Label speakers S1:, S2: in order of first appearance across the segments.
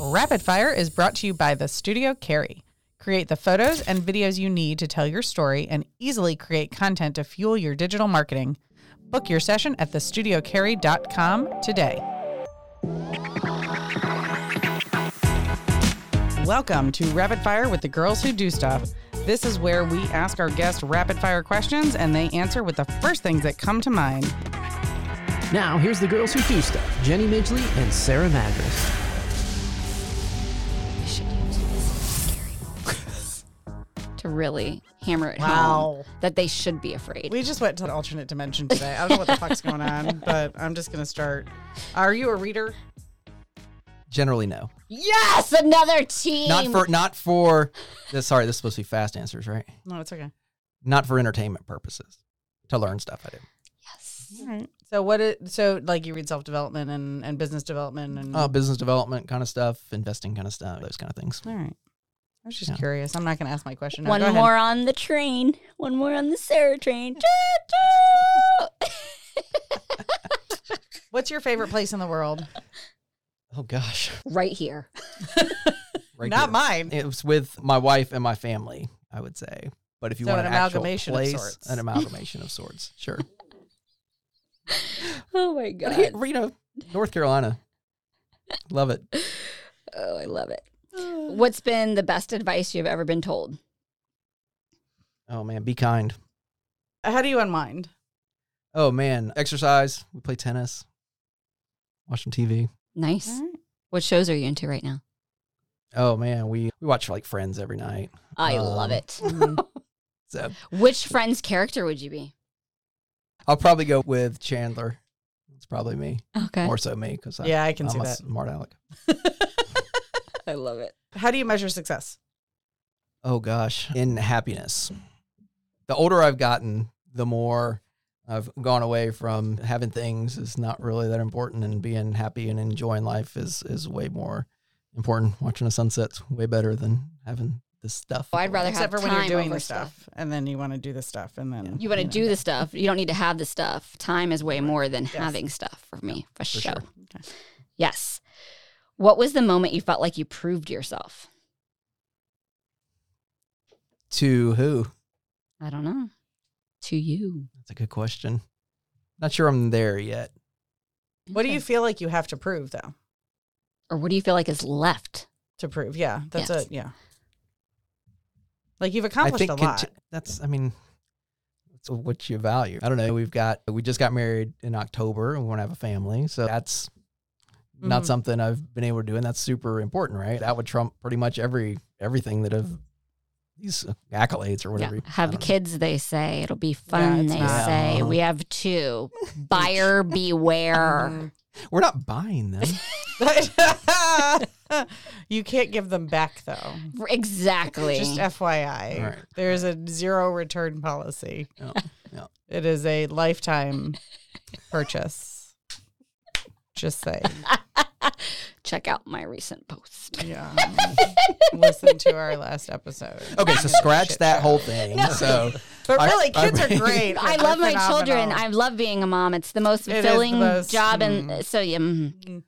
S1: Rapid Fire is brought to you by the Studio Carry. Create the photos and videos you need to tell your story and easily create content to fuel your digital marketing. Book your session at thestudiocarry.com today. Welcome to Rapid Fire with the Girls Who Do Stuff. This is where we ask our guests rapid fire questions and they answer with the first things that come to mind.
S2: Now, here's the girls who do stuff Jenny Midgley and Sarah Madras.
S3: should use this scary moments to really hammer it
S1: Wow.
S3: home that they should be afraid.
S1: We just went to an alternate dimension today. I don't know what the fuck's going on, but I'm just gonna start. Are you a reader?
S2: Generally, no.
S3: yes, another team.
S2: Not for, not for, this, sorry, this is supposed to be fast answers, right?
S1: No, it's okay.
S2: Not for entertainment purposes. To learn stuff, I do.
S3: yes.
S1: All right. So what? It, so like you read self development and, and business development and
S2: Uh, business development kind of stuff, investing kind of stuff, those kind of things.
S1: Mm. all right. I was just
S2: Yeah.
S1: curious. I'm not gonna ask my question. Now.
S3: One
S1: Go ahead.
S3: more on the train. One more on the Sarah train. Choo-choo!
S1: What's your favorite place in the world?
S2: Oh, gosh.
S3: right here.
S2: Right
S1: not
S2: here.
S1: mine.
S2: It was with my wife and my family, I would say. But if you
S1: So
S2: want
S1: an
S2: an, actual
S1: amalgamation of
S2: place,
S1: sorts.
S2: an amalgamation of sorts, sure.
S3: Oh my
S2: But
S3: god.
S2: here, Reno, North Carolina, love it.
S3: Oh, I love it. What's been the best advice you've ever been told?
S2: Oh man, be kind.
S1: How do you unwind?
S2: Oh man, exercise. We play tennis, watch some TV.
S3: Nice. What shows are you into right now?
S2: Oh man, we we watch like Friends every night.
S3: I
S2: Um,
S3: love it.
S1: Mhm.
S2: So
S3: Which friend's character would you be?
S2: I'll probably go with Chandler. It's probably me,
S3: Okay.
S2: more so me, because
S1: yeah, I can
S2: I'm
S1: see
S2: a
S1: that.
S2: smart aleck.
S3: I love it.
S1: How do you measure success?
S2: Oh gosh, in happiness. The older I've gotten, the more I've gone away from having things is not really that important, and being happy and enjoying life is is way more important. Watching a sunset's way better than having this stuff.
S3: Oh, I'd rather
S1: Except
S3: have
S1: for when you're
S3: time
S1: doing
S3: over
S1: the stuff, and then you want to do the stuff, and then
S3: You want to
S1: know.
S3: do the stuff. You don't need to have the stuff. Time is way more than having stuff for me, for, sure.
S2: sure.
S1: Okay.
S3: Yes. What was the moment you felt like you proved yourself?
S2: To who?
S3: I don't know. To you.
S2: That's a good question. Not sure I'm there yet.
S1: What do
S3: Okay.
S1: you feel like you have to prove though?
S3: or what do you feel like is left?
S1: to prove. Yeah, that's
S3: Yes.
S1: it. Yeah, like you've
S2: I
S1: accomplished
S2: think
S1: a
S2: conti-
S1: lot.
S2: that's. I mean, that's what you value. I don't know. We've got. We just got married in October, and we want to have a family. So that's not
S1: Mhm.
S2: something I've been able to do, and that's super important, right? That would trump pretty much every everything that have these uh, accolades or whatever. Uh,
S3: Yeah.
S2: you- I
S3: Have
S2: don't know.
S3: kids, they say. It'll be fun,
S1: it's
S3: they
S1: not.
S3: say.
S2: Yeah.
S3: We have two. Buyer beware.
S1: Mhm.
S2: We're not buying them.
S1: you can't give them back though.
S3: Exactly.
S1: Just FYI,
S2: All right.
S1: there is a zero return policy.
S2: No, no.
S1: It is a lifetime purchase. Just say,
S3: Check out my recent post.
S1: yeah. Listen to our last episode.
S2: Okay, so scratch
S1: Shit
S2: that
S1: show.
S2: whole thing. So
S1: But
S2: I-
S1: really,
S2: I-
S1: kids are great.
S3: I
S1: They're
S3: love my
S1: phenomenal.
S3: children. I love being a mom. It's the most
S1: It is the
S3: fulfilling
S1: most-
S3: job. And
S2: Mm-hmm.
S1: mm.
S3: so, yeah. mhm.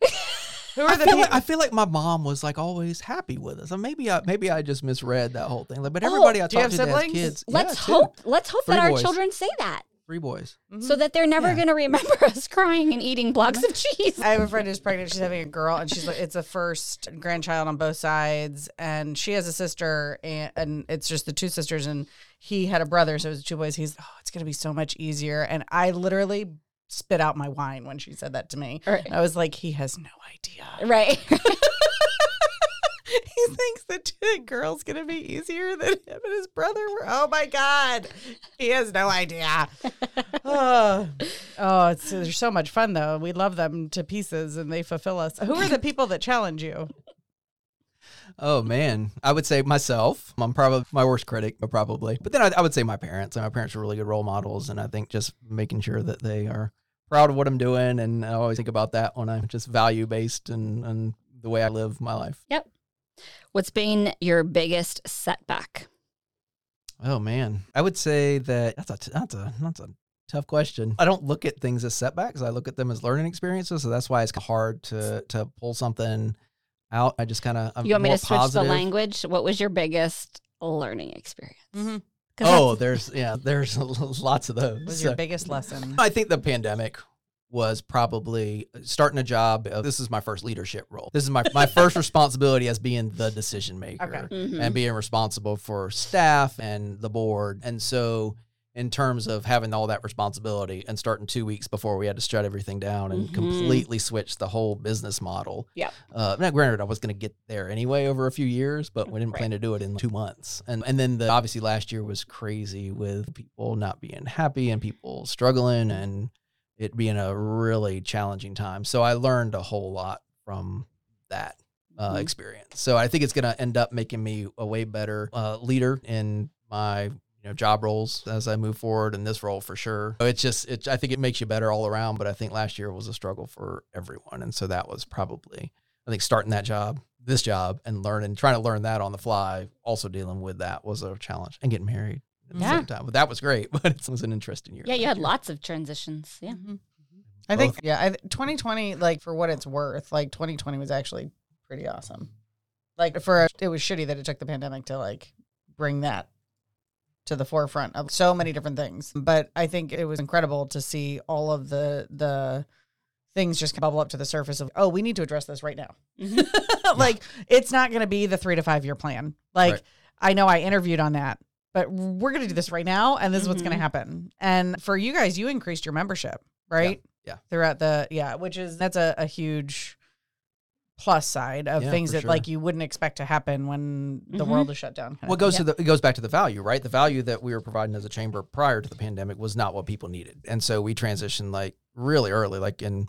S1: Who
S2: I
S1: are the
S2: feel, like,
S1: people?
S2: I feel like my mom was like always happy with us. And maybe I maybe I just misread that whole thing. Like, but everybody I
S1: Oh, do you
S2: talked to
S1: have
S2: that has
S1: siblings?
S2: kids.
S3: Let's
S2: yeah, two.
S3: hope. Let's hope
S2: Three
S3: that our
S2: boys.
S3: children say that,
S2: Three boys.
S1: Mm. Mm-hmm.
S3: so that they're never
S2: Yeah.
S3: going to remember us crying and eating blocks of cheese.
S1: I have a friend who's pregnant. She's having a girl, and she's like, it's a first grandchild on both sides, and she has a sister, and, and it's just the two sisters, and he had a brother, so it was two boys. He's, oh, it's gonna be so much easier, and I literally spit out my wine when she said that to me.
S3: Right.
S1: I was like, he has no idea.
S3: Right.
S1: he thinks that the girl's gonna be easier than him and his brother. were. Oh my god, he has no idea. oh, oh, it's they're so much fun though. We love them to pieces, and they fulfill us. Who are the people that challenge you?
S2: Oh man, I would say myself. I'm probably my worst critic, but probably. But then I, I would say my parents. And my parents are really good role models, and I think just making sure that they are proud of what I'm doing, and I always think about that when I'm just value based and and the way I live my life.
S3: What's been your biggest setback?
S2: Oh man, I would say that that's a t- that's a that's a tough question. I don't look at things as setbacks. I look at them as learning experiences. So that's why it's hard to to pull something out. I just kind of I'm
S3: you want me
S2: more
S3: to switch
S2: positive.
S3: the language? What was your biggest learning experience?
S1: Mhm.
S3: 'Cause
S2: Oh,
S3: that's-
S2: there's yeah, there's lots of those.
S1: was
S2: So-
S1: your biggest lesson?
S2: I think the pandemic was probably starting a job. Of, this is my first leadership role. This is my, my first responsibility as being the decision maker
S1: Okay.
S3: Mhm.
S2: and being responsible for staff and the board. And so, in terms of having all that responsibility and starting two weeks before we had to shut everything down and
S3: Mhm.
S2: completely switch the whole business model.
S3: Yep.
S2: Uh, now, granted, I was going to get there anyway over a few years, but we didn't plan to do it in two months. And and then the, obviously last year was crazy with people not being happy and people struggling and it being a really challenging time. So I learned a whole lot from that uh,
S3: Mhm.
S2: experience. So I think it's going to end up making me a way better uh, leader in my you know job roles as I move forward in this role for sure. So It's just it, I think it makes you better all around. But I think last year was a struggle for everyone, and so that was probably I think starting that job, this job, and learning trying to learn that on the fly, also dealing with that was a challenge, and getting married. At the
S3: Yeah.
S2: same time. But that was great. But it was an interesting year.
S3: yeah, you
S2: last
S3: had
S2: year.
S3: lots of transitions. Yeah.
S1: Mhm. I think yeah, I, 2020 like for what it's worth, like 2020 was actually pretty awesome. Like for it was shitty that it took the pandemic to like bring that to the forefront of so many different things. But I think it was incredible to see all of the the things just bubble up to the surface of oh, we need to address this right now.
S3: Mhm.
S1: like it's not going to be the 3 to 5 year plan. Like
S2: Right.
S1: I know I interviewed on that, but we're going to do this right now and this is what's going to
S3: Mhm.
S1: happen. And for you guys, you increased your membership, right?
S2: Mm-hmm. Yeah.
S1: Throughout the yeah, which is that's a, a huge plus side of
S2: Yeah,
S1: things
S2: for
S1: that
S2: sure.
S1: like you wouldn't expect to happen when the
S3: Mhm.
S1: world is shut down. kind of
S2: Well, it
S1: thing.
S2: goes to the it goes back to the value, right? The value that we were providing as a chamber prior to the pandemic was not what people needed, and so we transitioned like really early, like in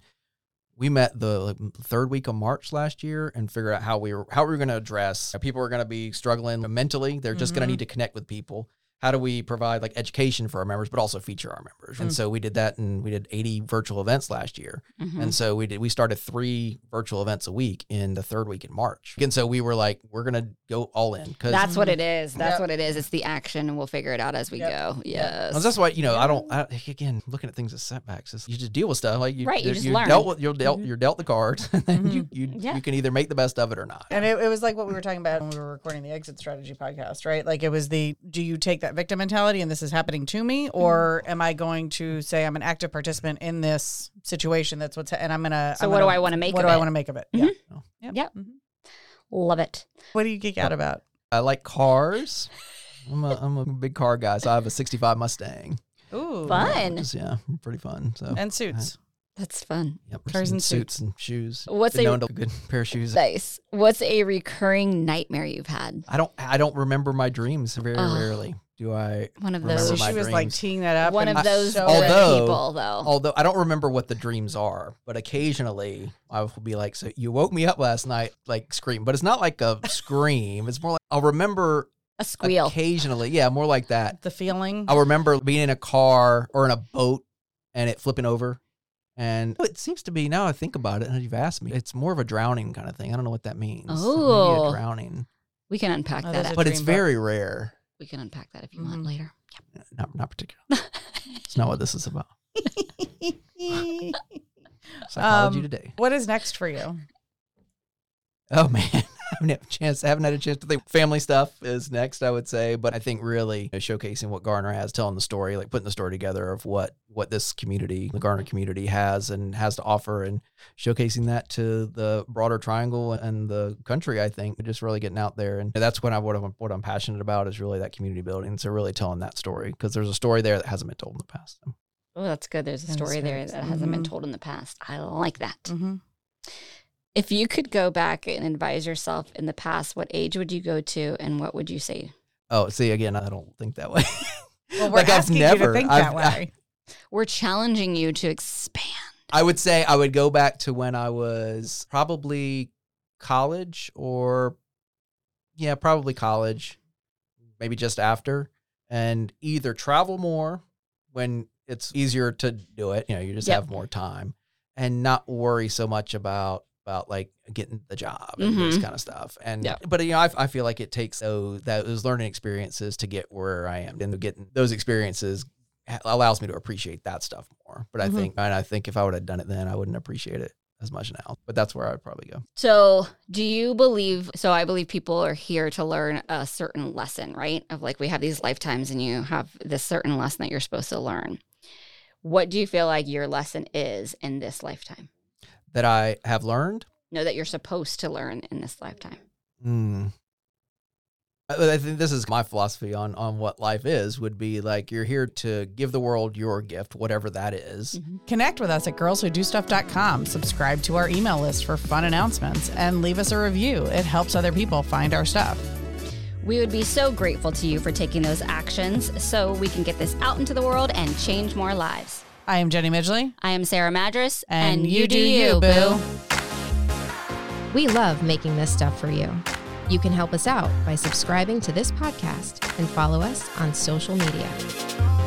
S2: we met the like, third week of March last year and figured out how we were how we were going to address people are going to be struggling mentally. They're just going to
S1: Mhm.
S2: need to connect with people. How do we provide like education for our members, but also feature our members? And
S1: Mm.
S2: so we did that, and we did 80 virtual events last year.
S3: Mhm.
S2: And so we did, we started three virtual events a week in the third week in March. And so we were like, we're going to go all in. Cause
S3: That's what it is.
S1: Mm-hmm.
S3: That's
S1: Yep.
S3: what it is. It's the action, and we'll figure it out as we
S1: Yep.
S3: go. Yes.
S2: that's why, you know, I don't, I, again, looking at things as setbacks, is you just deal with stuff. Like you,
S3: Right, you just learn.
S2: dealt with, you're dealt,
S3: Mhm.
S2: you're dealt the cards and then you, you,
S3: Yeah.
S2: you can either make the best of it or not.
S1: And it, it was like what we were talking about when we were recording the exit strategy podcast, right? Like it was the do you take that victim mentality and this is happening to me, or
S3: Mm-hmm.
S1: am I going to say I'm an active participant in this situation? That's what's ha- and I'm gonna.
S3: So
S1: I'm
S3: what do
S1: gonna-
S3: I wanna make
S1: What
S3: of
S1: do I
S3: it?
S1: want to make of it?
S3: Mhm.
S1: Yeah. Yep.
S3: Yep.
S1: Mhm.
S3: Love it.
S1: What do you geek out about?
S2: I like cars. I'm a, I'm a big car guy. So I have a 65 Mustang.
S1: Ooh,
S3: Fun.
S2: Which is, yeah. Pretty fun. So.
S1: and suits.
S3: That's fun.
S2: Yep,
S1: Cars and
S2: suits and shoes.
S3: What's
S2: Been
S3: a-
S2: known to- good pair of shoes?
S3: Nice. What's a recurring nightmare you've had?
S2: I don't. I don't remember my dreams. Very
S3: Oh.
S2: rarely do I
S3: One of
S2: Remember
S1: So
S3: those.
S1: she
S2: my
S1: was like
S2: dreams. Oh,
S1: teeing that up.
S3: One
S1: and
S3: of those
S1: so
S3: good
S1: good.
S2: Although-
S3: people, though.
S2: although I don't remember what the dreams are, but occasionally I will be like, "So you woke me up last night, like scream," but it's not like a scream. It's more like I'll remember
S3: a squeal.
S2: occasionally, yeah, more like that. Oh,
S1: the feeling.
S2: I'll remember being in a car or in a boat and it flipping over, and oh, it seems to be now I think about it and you've asked me, it's more of a drowning kind of thing. I don't know what that means. Maybe a
S3: Oh.
S2: drowning,
S3: we can unpack
S1: Oh,
S3: that.
S1: those
S3: At,
S1: are-
S2: but it's
S1: dream boat.
S2: very rare.
S3: we can unpack that if you
S1: Mhm.
S3: want later.
S2: Not not particular. It's not what this is about. Psychology
S1: Um,
S2: today.
S1: what is next for you?
S2: Oh man, I haven't had a chance. I haven't had a chance to think. Family stuff is next, I would say, but I think really you know, showcasing what Garner has, telling the story, like putting the story together of what what this community, the Garner community, has and has to offer, and showcasing that to the broader triangle and the country. I think just really getting out there, and that's what I what I'm, what I'm passionate about is really that community building. So really telling that story because there's a story there that hasn't been told in the past.
S3: Oh, that's good. Mm-hmm. There's a
S1: That is
S3: story there
S1: good.
S3: that hasn't been
S1: Mhm.
S3: told in the past. I like that.
S1: Mm-hmm.
S3: If you could go back and advise yourself in the past, what age would you go to and what would you say?
S2: Oh, see again, I don't think that way.
S1: Well, we're
S2: Like, I've
S1: asking you to
S2: never-
S1: think that
S2: I've-
S1: way.
S3: We're challenging you to expand.
S2: I would say I would go back to when I was probably college or yeah, probably college, maybe just after, and either travel more when it's easier to do it, you know, you just
S3: Yep.
S2: have more time and not worry so much about about like getting the job and this
S3: Mhm.
S2: kind of stuff. And
S3: Yep.
S2: but you know, I, I feel like it takes those those learning experiences to get where I am, and getting those experiences ha- allows me to appreciate that stuff more. But I
S1: Mhm.
S3: Mm-hmm.
S2: think, and I think if I would have done it then, I wouldn't appreciate it as much now, but that's where I'd probably go.
S3: So, do you believe? So, I believe people are here to learn a certain lesson, right? Of like, we have these lifetimes and you have this certain lesson that you're supposed to learn. What do you feel like your lesson is in this lifetime?
S2: That I have learned.
S3: Know that you're supposed to learn in this lifetime.
S2: Mm. I I think this is my philosophy on on what life is would be like you're here to give the world your gift, whatever that is.
S1: Connect with us at girlswhodostuff.com. Subscribe to our email list for fun announcements and leave us a review. It helps other people find our stuff.
S3: We would be so grateful to you for taking those actions so we can get this out into the world and change more lives.
S1: I am Jenny Midgley.
S3: I am Sarah Madras,
S1: And you do you, boo.
S4: We love making this stuff for you. You can help us out by subscribing to this podcast and follow us on social media.